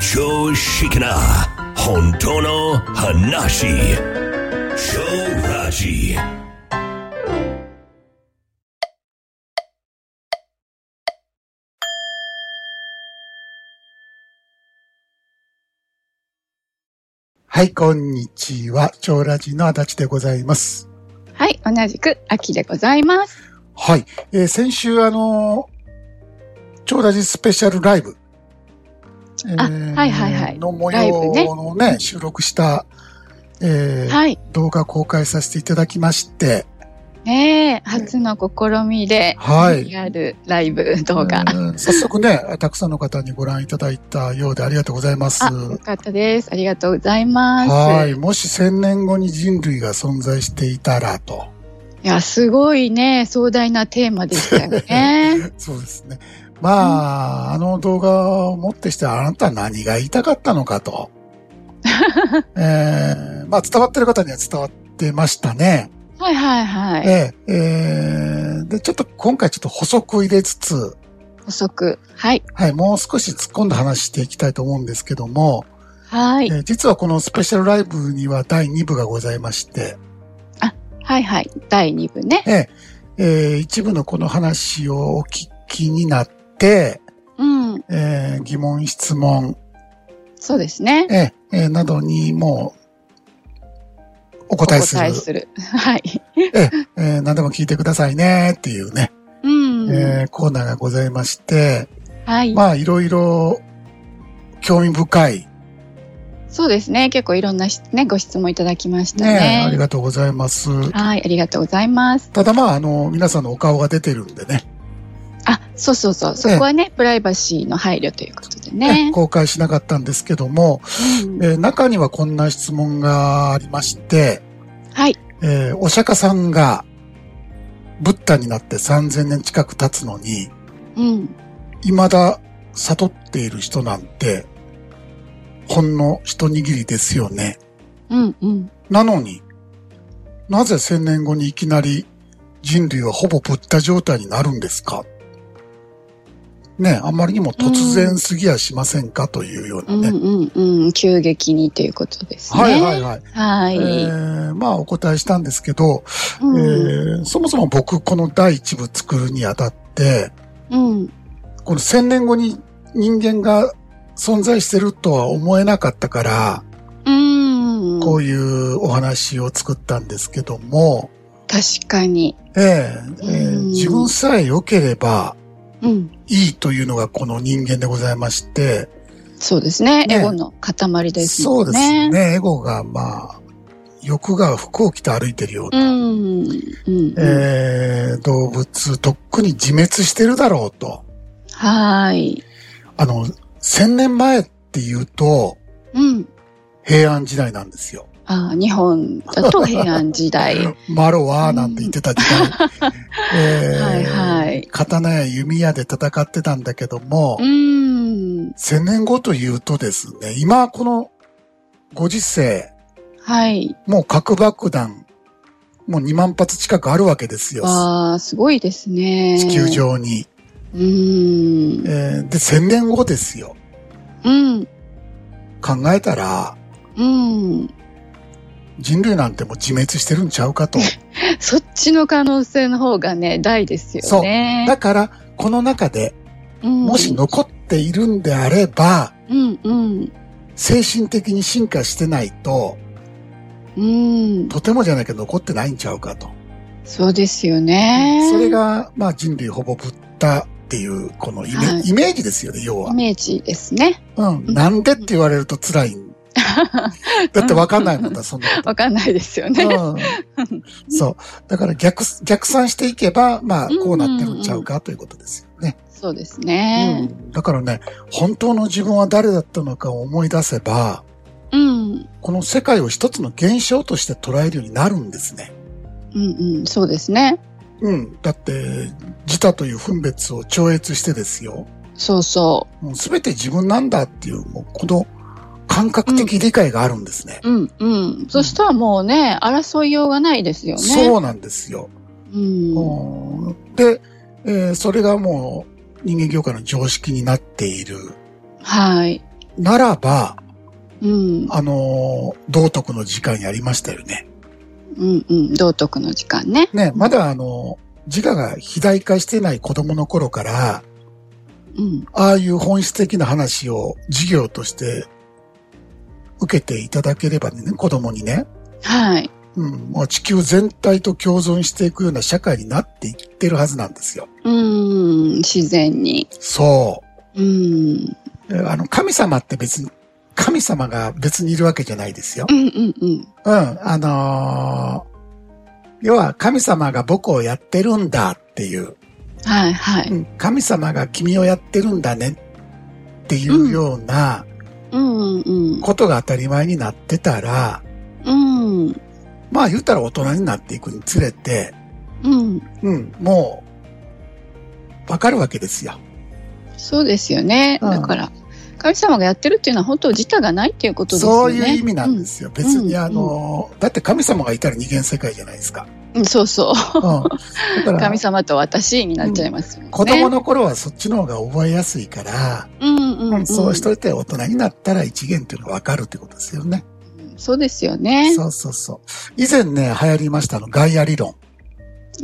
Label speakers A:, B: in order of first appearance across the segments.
A: 常識な本当の話超ラジ
B: はい、こんにちは。超ラジの足立でございます。
C: はい、同じく秋でございます。
B: はい。えー先週、あのー超ラジスペシャルライブ。
C: あはいはいはい
B: の模
C: ライブね
B: 様のね、収録した、えー
C: はい、
B: 動画公開させていただきまして、
C: ねえ、初の試みで、
B: はい
C: リアルライブ動画。
B: うん早速ね、たくさんの方にご覧いただいたようでありがとうございます。
C: あ、よかったです。ありがとうございます。
B: はい。もし千年後に人類が存在していたらと。
C: いや、すごいね、壮大なテーマでしたよ ね。
B: そうですね。まあ、あの動画をもってしてあなたは何が言いたかったのか と。えーまあ伝わってる方には伝わってましたね。
C: はいはいはい。
B: えええーで、ちょっと今回ちょっと補足を入れつつ、
C: 補足。はい。
B: はい、もう少し突っ込んだ話していきたいと思うんですけども、
C: はい。
B: えー実はこのスペシャルライブには第2部がございまして、
C: はいはい。第2部ね。
B: えー一部のこの話をお聞きになって、
C: うん。
B: えー疑問、質問、
C: そうですね。
B: ええ、えーなどにもう、お答えする。
C: おる。はい。
B: えー何でも聞いてくださいねっていうね、
C: うん。
B: えーコーナーがございまして、
C: はい。
B: まあ、いろいろ、興味深い。
C: そうですね。結構いろんなしね、ご質問いただきました
B: ね
C: ね。
B: ありがとうございます。
C: はい。ありがとうございます。
B: ただまあ、あの、皆さんのお顔が出てるんでね、
C: あ、そうそうそう。そこはね、プライバシーの配慮ということでね。
B: 公開しなかったんですけども、
C: うん
B: えー中にはこんな質問がありまして、
C: はい。
B: えーお釈迦さんが、ブッダになって3000年近く経つのに、
C: うん。
B: 未だ悟っている人なんて、ほんの一握りですよね。
C: うん。うん。
B: なのに、なぜ千年後にいきなり人類はほぼぶった状態になるんですかねえあまりにも突然すぎやしませんか、というよう
C: う。
B: なんね。
C: うん。うん。急激にということですね。
B: はいはいはい。
C: はい。
B: えーまあお答えしたんですけど、
C: うん。
B: えーそもそも僕この第一部作るにあたって、
C: うん。
B: この千年後に人間が存在してるとは思えなかったから、
C: うん。
B: こういうお話を作ったんですけども、
C: 確かに。
B: ええええ
C: うん
B: 自分さえ良ければ
C: うん。
B: いいというのがこの人間でございまして、
C: そうですね。
B: ね
C: エゴの塊です
B: そ
C: も
B: うんです
C: ね。
B: ね、エゴがまあ、欲が服を着て歩いてるよう
C: う
B: な、
C: ん。うん。
B: ええ動物、とっくに自滅してるだろうと。
C: はい。
B: あの、千年前っていうと、
C: うん。
B: 平安時代なんですよ。
C: あー日本だと平安時代。
B: マロはなんて言ってた時代。ええ
C: はいはい
B: 刀や弓矢で戦ってたんだけども、
C: うん。
B: 千年後というとですね、今このご時世、
C: はい。
B: もう核爆弾、もう2万発近くあるわけですよ。
C: ああ、すごいですね。
B: 地球。上に。
C: うーん。
B: えーで、千年後ですよ。
C: うん。
B: 考えたら、
C: うん。
B: 人類なんてもう自滅してるんちゃうかと。
C: そっちの可能性の方がね、大ですよね。
B: だから、この中で、
C: うん
B: もし残っているんであれば、
C: うん、うん。
B: 精神的に進化してないと、
C: うん。
B: とてもじゃないけど残ってないんちゃうかと。
C: そうですよね。
B: それ、が、まあ人類ほぼぶったっていう、このイメ,、
C: はい
B: イメージですよね、要は
C: イ。メージですね。
B: うん、なんでって言われると辛い。 だってわかんないもんだ、そんなこ
C: わかんないですよね。
B: と。うん、そう。だから逆、逆算していけば、まあ、こうなってるんちゃうかということですよね。
C: そうです
B: う
C: ね。
B: ん、だからね、本当の自分は誰だったのかを思い出せば、
C: うん。
B: この世界を一つの現象として捉えるようになるんですね。
C: うん、うん。そうですね。
B: うん。だって、自他という分別を超越してですよ。
C: そうそ
B: すべて自分なんだっていう、もう、この感覚的理解があるんですね。
C: う。うん、うん。そしたらもうね、争いようがないですよね。
B: そうなんですよ。
C: う。うん。
B: うんで、えーそれがもう人間業界の常識になっている。
C: はい。
B: ならば、
C: うん。
B: あのー道徳の時間やりましたよね。
C: うんうん。道徳の時間ね。
B: ね、まだあの、自我が肥大化してない子供の頃から、
C: うん。
B: ああいう本質的な話を授業として受けていただければね、子供にね、
C: はい。
B: うん、もう地球全体と共存していくような社会になっていってるはずなんですよ。
C: うん。自然に。
B: そ
C: うん。
B: う。えあの、神様って別に、神様が別にいるわけじゃないですよ
C: う。んうんうん。
B: うん、あのー要は神様が僕をやってるんだっていう、
C: はいはい。
B: うん神様が君をやってるんだねっていうような
C: うんうん
B: ことが当たり前になってたら、
C: うん。うん。
B: まあ言ったら大人になっていくにつれて、
C: うん。
B: うん、もう、わかるわけですよ。
C: そうですよね。
B: うん
C: だから、神様がやってるっていうのは本当自他がないっていうことです
B: そ
C: よ
B: う
C: ね。
B: いう意味なんですよ。別に
C: うん
B: あの、だって神様がいたら二元世界じゃないです か。
C: うん。うんそうそう。
B: うん。だから
C: 神、様と私になっちゃいますよね。
B: 子供の頃はそっちの方が覚えやすいから、
C: うんうん、うん、
B: そうしといて大人になったら一元っていうのがわかるってことですよね。
C: そうですよね。
B: そうそうそう。以前ね、流行りましたあの、ガイア理論。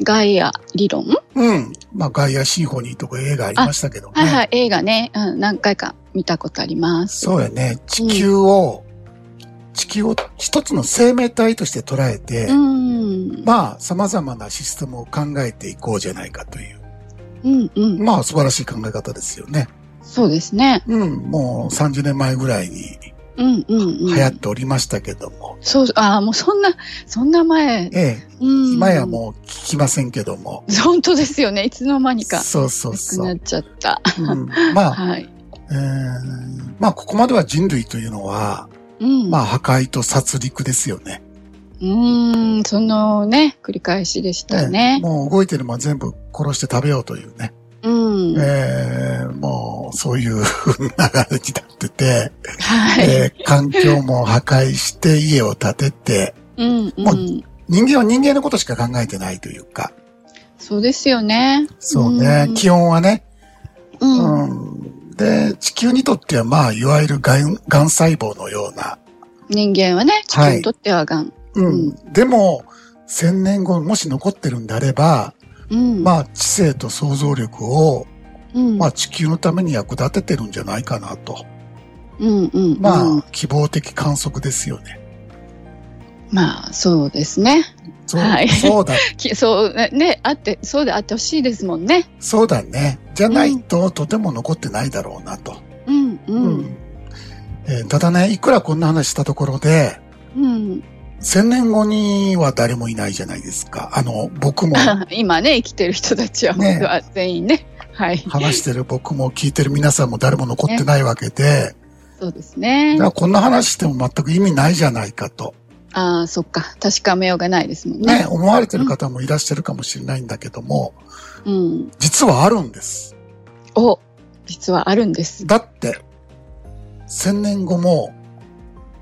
C: ガイア理論、
B: うん。まあ、ガイアシンフォニーとか映画ありましたけどね。
C: はいはい、映画ね、うん、何回か見たことあります。
B: そうやね。地球を、地球を一つの生命体として捉えて、
C: うん。
B: まあ、様々なシステムを考えていこうじゃないかという。
C: うんうん。
B: まあ、素晴らしい考え方ですよね。
C: そうですね。
B: うん、もう30年前ぐらいに
C: うんうんうん。
B: 流行っておりましたけども。
C: そう、ああ、もうそんな、そんな前。
B: ええ、
C: うん。
B: 今やもう聞きませんけども。
C: う。本当ですよね。いつの間にか。
B: そうそう
C: なく
B: そ
C: な
B: う。
C: っちゃった。
B: うん、まあ、
C: はい。
B: えーまあ、ここまでは人類というのは、
C: うん。
B: まあ、破壊と殺戮ですよね。
C: うーん、そのね、繰り返しでした
B: ええ
C: ね。
B: もう動いてるもん全部殺して食べようというね。
C: うん。は
B: えーもう、そういう流れになってて、
C: い。
B: えー環境も破壊して、家を建てて、
C: うん、う。
B: もうん人間は人間のことしか考えてないというか、
C: そうですよね。
B: そうね、
C: うん
B: 気温はね、
C: うん。
B: うん、で、地球にとっては、まあ、いわゆるがん、がん細胞のような、
C: 人間はね、地球にとってはがん。
B: うん、
C: う
B: でも、千年後、もし残ってるんであれば、
C: うん。
B: まあ、知性と想像力を、
C: うん、
B: まあ、地球のために役立ててるんじゃないかなと。
C: うん、うん。
B: まあ、
C: うん
B: 希望的観測ですよね。
C: まあ、そうですね。
B: そう、
C: はい
B: そうだ
C: きそう、ねね、あって、そうであってほしいですもんね。
B: そうだね。じゃないと、とても残ってないだろうなと。
C: うん、う。
B: うんんえーただね、いくらこんな話したところで、
C: うん。
B: 千年後には誰もいないじゃないですか。あの、僕も、
C: 今ね、生きてる人たちは、
B: ね
C: 本当は全員ね。はい。
B: 話してる僕も聞いてる皆さんも誰も残ってないわけで、
C: そうですね
B: だか。らこんな話しても全く意味ないじゃないかと、
C: ああ、そっか。確かめようがないですもんね。
B: ね、思われてる方もいらっしゃるかもしれないんだけども、
C: うん。
B: 実はあるんです。
C: お、実はあるんです。
B: だって、千年後も、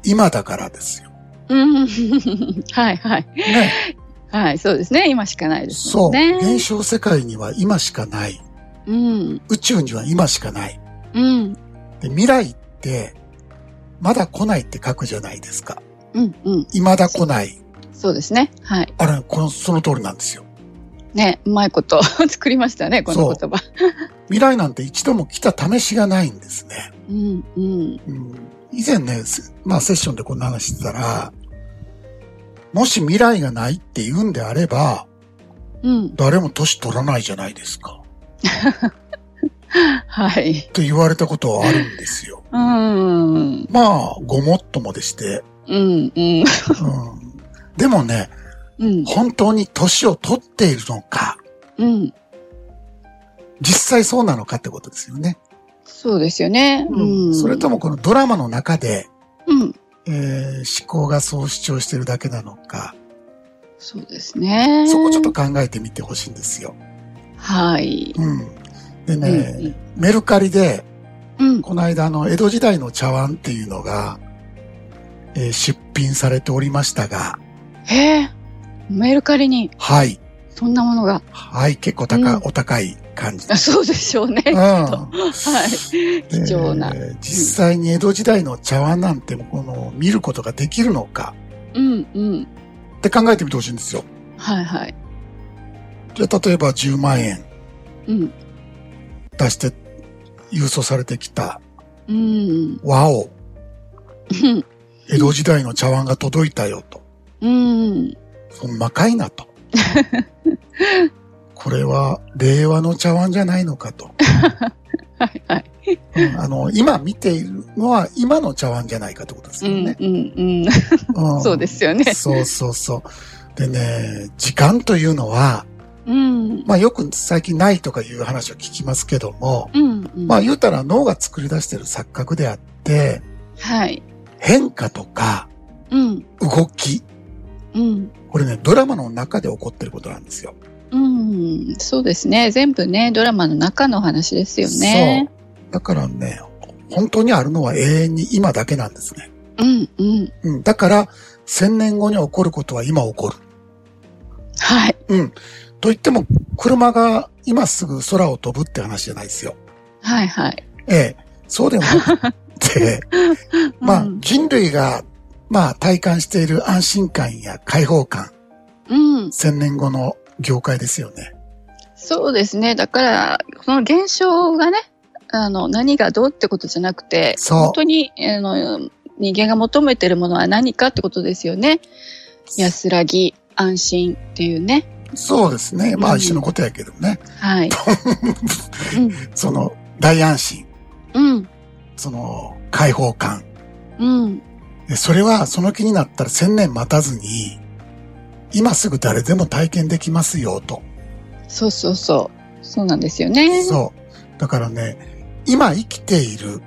B: 今だからですよ。
C: うん。 はいはい。
B: ね、
C: はい、そうですね。今しかないです
B: そ
C: も
B: う。
C: んね。
B: 現象世界には今しかない。
C: うん。
B: 宇宙には今しかない。
C: うん。
B: で未来って、まだ来ないって書くじゃないですか。
C: うん。うん。
B: 未だ来ない。
C: そうですね。はい。
B: あれ、この、その通りなんですよ。
C: ね、うまいこと作りましたね、この言葉。
B: 未来なんて一度も来た試しがないんですね。
C: うん。うん。
B: うん、以前ね、せまあセッションでこんな話してたら、もし未来がないって言うんであれば、
C: うん。
B: 誰も年取らないじゃないですか。
C: はい。
B: って言われたことはあるんですよ。
C: うん。
B: まあ、ごもっともでして。
C: うん。うん。
B: うん、でもね、
C: うん。
B: 本当に年を取っているのか、
C: うん。
B: 実際そうなのかってことですよね。
C: そうですよね。うん。
B: それともこのドラマの中で、
C: うん。
B: えー思考がそう主張してるだけなのか、
C: そうですね。
B: そこちょっと。考えてみてほしいんですよ。
C: はい。
B: うん。で
C: う
B: ね、
C: ん。
B: メルカリで、
C: うん。
B: この間あの、江戸時代の茶碗っていうのが、えー出品されておりましたが、
C: へえ。メルカリに、
B: はい。
C: そんなものが。
B: はい、結構高、
C: うん
B: お高い感 じ。
C: そうでしょうね。
B: うん。
C: は
B: で
C: い。貴重な。
B: 実際に江戸時代の茶碗なんてこの見ることができるのか
C: うんうん。
B: って考えてみてほしいんですよ。
C: はいはい。
B: で例えば10万円
C: うん。
B: 出して郵送されてきた
C: うん。
B: 和を
C: うん
B: 江戸時代の茶碗が届いたよと。
C: うん。
B: ほんまかいな と。これは令和の茶碗じゃないのかと。
C: はいはい。
B: うんあの、今見ているのは今の茶碗じゃないかってことです
C: う
B: よ
C: ん
B: ね。
C: うんうん。そうですすよね。
B: そうそうそう。でね、時間というのは、
C: うん。
B: まあよく最近ないとかいう話を聞きますけども、
C: うんうん。
B: まあ言うたら脳が作り出してる錯覚であって、
C: はい。
B: 変化とか
C: うん
B: 動き、
C: うん。
B: これね、ドラマの中で起こってることなんですよ。
C: うん。そうですね。全部ね、ドラマの中の話ですよね。
B: そう。だからね、本当にあるのは永遠に今だけなんですね。
C: うんうん。
B: うん。だから、千年後に起こることは今起こる。
C: はい。
B: うん。と言っても、車が今すぐ空を飛ぶって話じゃないですよ。
C: はいはい。
B: ええ。そうでもなく て、まあ
C: う、ん
B: 人類が、まあ、体感している安心感や解放感、
C: うん。
B: 千年後の業界ですよね。
C: そうですね。だから、この現象がね、あの、何がどうってことじゃなくて、
B: そう
C: 本当に、あの、人間が求めてるものは何かってことですよね。安らぎ、安心っていうね。
B: そうですね。ま
C: う
B: あ、
C: ん
B: 一緒のことやけどね。
C: はい。
B: その、大安心、
C: うん。
B: その、解放感。
C: うん。うん。
B: でそれは、その気になったら千年待たずに、今すぐ誰でも体験できますよ、と。
C: そうそうそう。そうなんですよね。
B: そう。だからね、今生きている、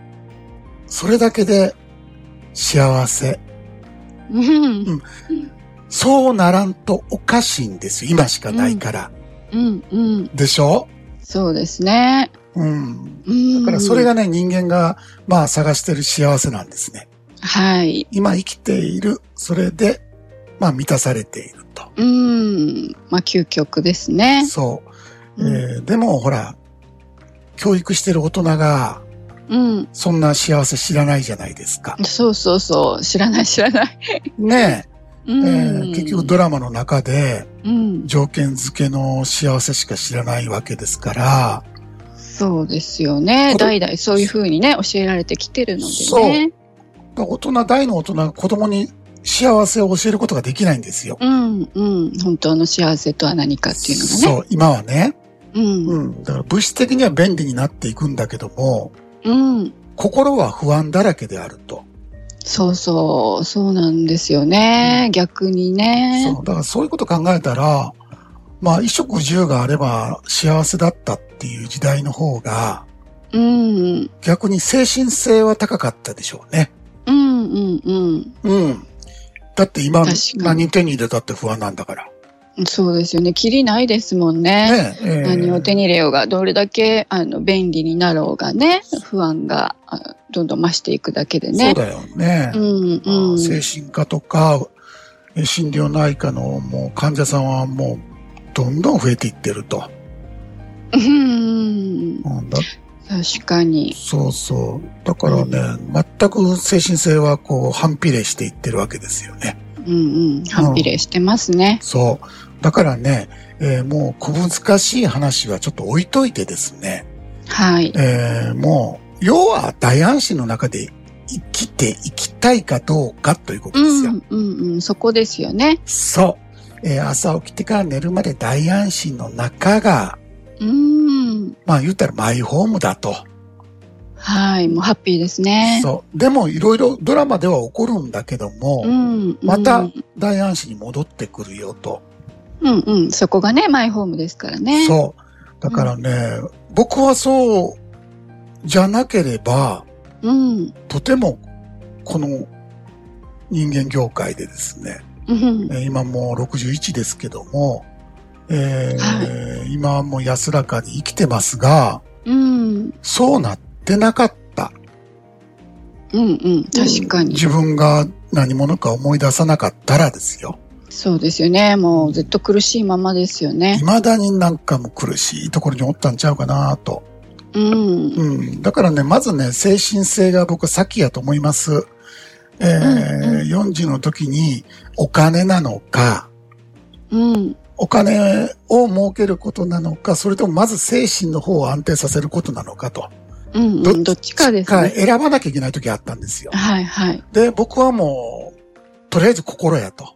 B: それだけで幸せ。
C: うん。
B: そうならんとおかしいんですよ。今しかないから。
C: うん。うん。
B: でしょ
C: そうですね。
B: うん。
C: うん。
B: だからそれ。がね、人間が、まあ探してる幸せなんですね。
C: はい。
B: 今生きている、それで、まあ満たされていると。
C: うん。まあ、究極ですね。
B: そう。
C: うん
B: えーでもほら、教育してる大人が、
C: うん。
B: そんな幸せ知らないじゃないですか。
C: そうそうそう。知らない知らない。
B: ね
C: う
B: え、
C: ん。
B: えー結局ドラマの中で、
C: うん。
B: 条件付けの幸せしか知らないわけですから、
C: そうですよね。
B: 子供
C: 代々そういうふうにね、教えられてきてるのでね。
B: そう大人、大の大人が子供に幸せを教えることができないんですよ。
C: うん、うん。本当の幸せとは何かっていうのがね。
B: そう、今はね。
C: う。
B: うんん。だから物質的には便利になっていくんだけども、
C: うん。
B: 心は不安だらけであると。
C: そうそう。そうなんですよね。逆にね。
B: そう。だからそういうこと考えたら、まあ、衣食住があれば幸せだったっていう時代の方が、
C: うん。
B: 逆に精神性は高かったでしょうね。
C: うん、うん、うん。
B: うん。だって今
C: 確かに
B: 何手に入れたって不安なんだから。
C: そうですよね。キリないですもんね。
B: ねええー
C: 何を手に入れようが、どれだけあの便利になろうがね、不安があどんどん増していくだけで
B: そう
C: ね。
B: だよね。
C: うんうん。
B: 精神科とか、え心療内科のもう患者さんはもう、どんどん増えていってると。
C: うん
B: うん、だ
C: 確かに。
B: そうそう。だからね、全く精神性はこう、反比例していってるわけですよね。
C: うんうん。反比例してますね。
B: そう。だからね、えーもう小難しい話はちょっと置いといてですね、
C: はい。
B: えーもう、要は大安心の中で生きていきたいかどうかというこ
C: う
B: とですよ。
C: んうんうん。そこですよね。
B: そう。えー朝起きてから寝るまで大安心の中が、
C: うん。
B: まあ言ったらマイホームだと。
C: はい。もうハッピーですね。
B: そう。でもいろいろドラマでは起こるんだけども、
C: うんうん。
B: ま
C: う
B: た
C: ん
B: 大安心に戻ってくるよと。
C: うん。そこがね、マイホームですからね。
B: そう。だからね、僕はそうじゃなければ、
C: うん。
B: とてもこの人間業界でですね、
C: うん。
B: えー今もう61ですけども、えー今も安らかに生きてますが、
C: うん。
B: そうなってなかった。
C: うんうん。確かに。
B: 自分が何者か思い出さなかったらですよ。
C: そうですよね。もうずっと苦しいままですよね。
B: 未だになんかもう苦しいところにおったんちゃうかなと。
C: うん。
B: うん。だからね、まずね、精神性が僕先やと思います。えー
C: うん
B: 40の時にお金なのか、
C: うん。
B: お金を儲けることなのか、それともまず精神の方を安定させることなのかと。
C: うん。
B: ど
C: ど
B: っち
C: っちかです
B: か
C: ね。
B: 選ばなきゃいけない時あったんですよ。
C: はいはい。
B: で、僕はもう、とりあえず心やと。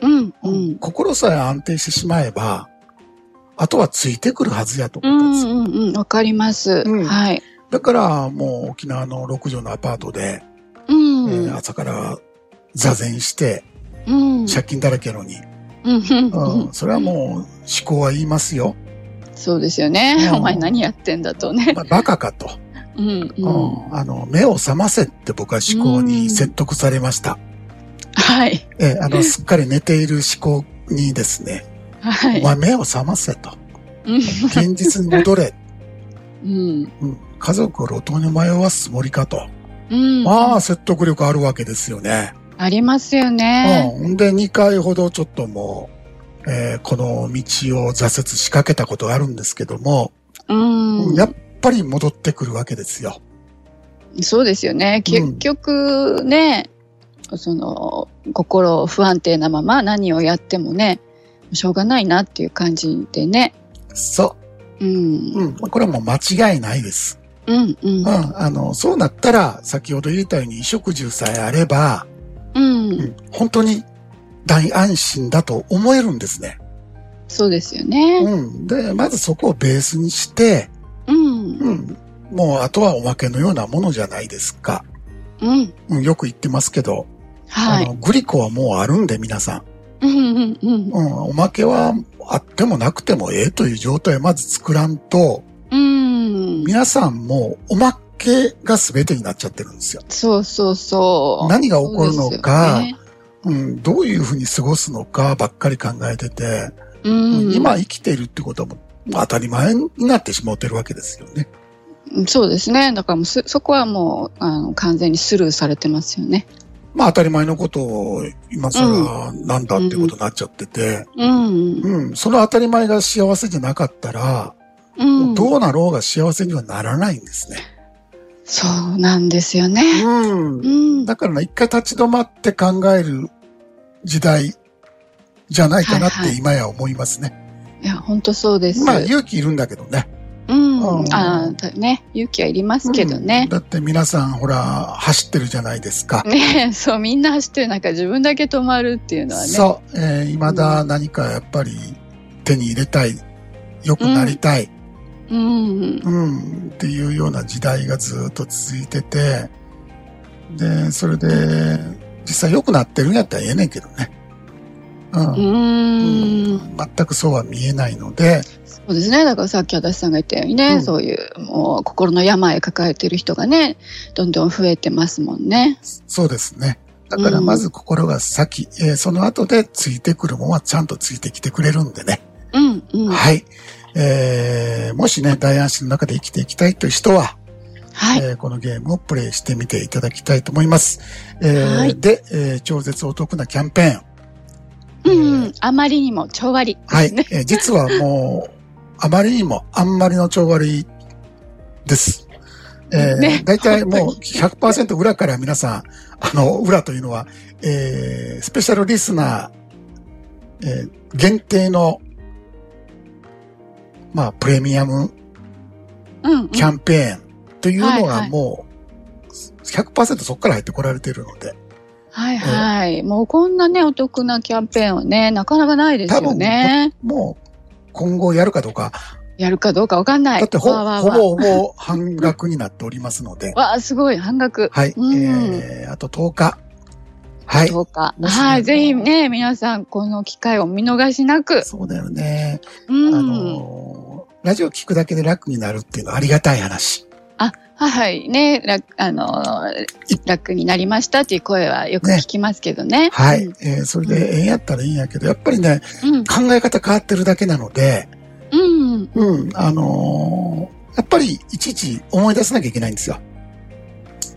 C: うん。うん。
B: 心さえ安定してしまえば、あとはついてくるはずやと
C: う
B: 思ったんですよ。
C: んうんうん。わかります。
B: うん
C: はい。
B: だから、もう沖縄の6畳のアパートで、
C: うん。
B: え
C: うん
B: ー。朝から座禅して、
C: うん。
B: 借金だらけやのに、
C: うん
B: うん
C: うん
B: それはもう思考は言いますよ。
C: そうですよ
B: う
C: ね。
B: ん
C: お前何やってんだとね。
B: まあ、バカかと、
C: うん。
B: う
C: うん。
B: んあの。目を覚ませって僕は思考に説得されました。
C: はい。
B: えーあの、すっかり寝ている思考にですね、
C: は
B: お
C: い。
B: 前目を覚ませと。
C: うん
B: 現実に戻れ。
C: うん。
B: うん家族を路頭に迷わすつもりかと。
C: うん。
B: まあ、説得力あるわけですよね。
C: ありますよ
B: うん
C: ね。。
B: ほんで、2回ほどちょっともう、えーこの道を挫折しかけたことがあるんですけども、
C: うん。
B: やっぱり戻ってくるわけですよ。
C: そうですよね。結局ね、その、心不安定なまま何をやってもね、しょうがないなっていう感じでね。
B: そうう。
C: ん。
B: うん。これはもう間違いないです。
C: うん。うん
B: うん。。あの、そうなったら、先ほど言ったように衣食住さえあれば、
C: うん。
B: うん、本当に大安心だと思えるんですね。
C: そうですよね。
B: うん。で、まずそこをベースにして、
C: うん。
B: うん。もう、あとはおまけのようなものじゃないですか。
C: うん。
B: うん、よく言ってますけど、
C: は
B: あ
C: い。
B: の、グリコはもうあるんで、皆さん。
C: うん。うん。うん。
B: うん、おまけはあってもなくてもええという状態をまず作らんと、
C: うん。
B: 皆さんもうおまけが全てになっちゃってるんですよ。
C: そうそうそう。
B: 何が起こるのか
C: そうですよね
B: うん、どういうふうに過ごすのかばっかり考えてて、
C: うん。
B: 今生きているってことはもう当たり前になってしまってるわけですよね。
C: そうですね。だからもうす、そこはもう、あの、完全にスルーされてますよね。
B: まあ当たり前のことを今更なんだってことになっちゃってて、
C: うん。
B: うん、その当たり前が幸せじゃなかったら、
C: うん。
B: どうなろうが幸せにはならないんですね。
C: そうなんですよね。
B: うん
C: うん。
B: だからね、一回立ち止まって考える時代じゃないかなっ
C: はいは
B: て
C: い
B: 今や思いますね。
C: いや、本当そうです。
B: まあ勇気いるんだけどね。
C: うん。
B: うん
C: ああ、だね。勇気はいりますけど
B: うん
C: ね。
B: だって皆さんほら、走ってるじゃないですか。
C: ねえそう、みんな走ってる中、自分だけ止まるっていうのはね。
B: そう、えー、未だ何かやっぱり手に入れたい、良くなりたい、
C: う。ん。
B: うん、っていうような時代がずっと続いてて、で、それで、実際良くなってるんやったらええねんけどね。うん。
C: うーん。
B: 全くそうは見えないので、
C: そうですね。だからさっき足立さんが言ったようにね、
B: うん
C: そういう、もう、心の病抱えてる人がね、どんどん増えてますもんね。
B: そうですね。だから
C: うん
B: まず心が先、えーその後でついてくるもんはちゃんとついてきてくれるんでね。
C: うん、うん。は
B: はい。えー、もしね、大安心の中で生きていきたいという人は、
C: い。
B: えーこのゲームをプレイしてみていただきたいと思います。えー
C: はい
B: で、えー超絶お得なキャンペーン。
C: うん、うん。あまりにも、調和り。
B: はい
C: ね。
B: えー実はもう、あまりにもあんまりの超割です。えー
C: ね
B: 大体もう
C: 本
B: 100%裏から皆さん、あの、裏というのは、えースペシャルリスナー、えー限定の、まあ、プレミアム
C: うん、うん。
B: キャンペーンというの
C: はいは
B: が
C: い
B: もう、100%そこから入ってこられているので、
C: はい、はい。もう、こんなね、お得なキャンペーンはね、なかなかないですよね。
B: もう、今後やるかどうか、
C: やるかどうかわかんない。
B: だってほ
C: わーわー
B: ほ
C: わー
B: ぼほぼ半額になっておりますので、
C: わあ、すごい、半額。
B: はい。
C: うん
B: えー、あと10日。はい。
C: どうか。
B: もしね
C: はい、ぜひね、皆さん、この機会をお見逃しなく。
B: そうだよね。
C: う
B: あ
C: ん。
B: のー、ラジオ聞くだけで楽になるっていうのはありがたい話。
C: はいはい。ね、楽、あのー、楽になりましたっていう声はよく
B: ね
C: 聞きますけどね。
B: はい。
C: うん。
B: えー、それで、ええんやったらいいんやけど、やっぱりね、考え方変わってるだけなので、
C: うん。うん
B: うん、あのー、やっぱりいちいち思い出さなきゃいけないんですよ。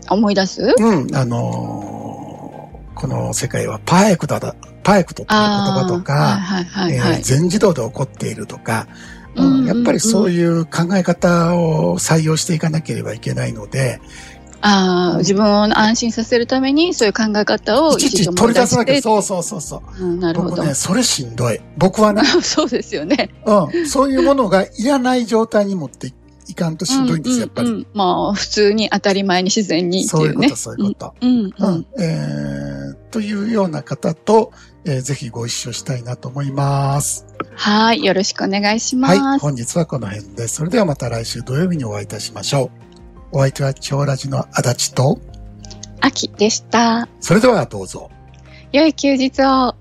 C: 思い出す
B: うん、あのー、この世界はパーフェクトだ、パーフェクトっていう言葉と
C: あー
B: か、
C: はいはい
B: え
C: はいは
B: ー
C: い。
B: 全自動で起こっているとか、
C: うんうん
B: う
C: うん
B: んやっぱりそういう考え方を採用していかなければいけないので、
C: ああ、自分を安心させるために、そういう考え方を
B: いちいち取り出さなきゃ、
C: う。
B: そうそうそうそう。
C: うんなるほ
B: 僕
C: ど。
B: ね、それしんどい。僕はね、
C: そうですよね。
B: うん、そういうものがいらない状態に持っていかんとしんどいんですよ、やっぱ
C: う
B: り。
C: んうんうんまあ、普通に当たり前に自然にって
B: そう
C: い
B: いううこ
C: ね
B: と、。そういうこと。
C: うんう
B: うんん。えーというような方と、えーぜひご一緒したいなと思います。
C: はい。よろしくお願いしま
B: は
C: す。
B: い。本日はこの辺で、それではまた来週土曜日にお会いいたしましょう。お相手は超ラジの足立と、
C: 秋でした。
B: それではどうぞ。
C: 良い休日を。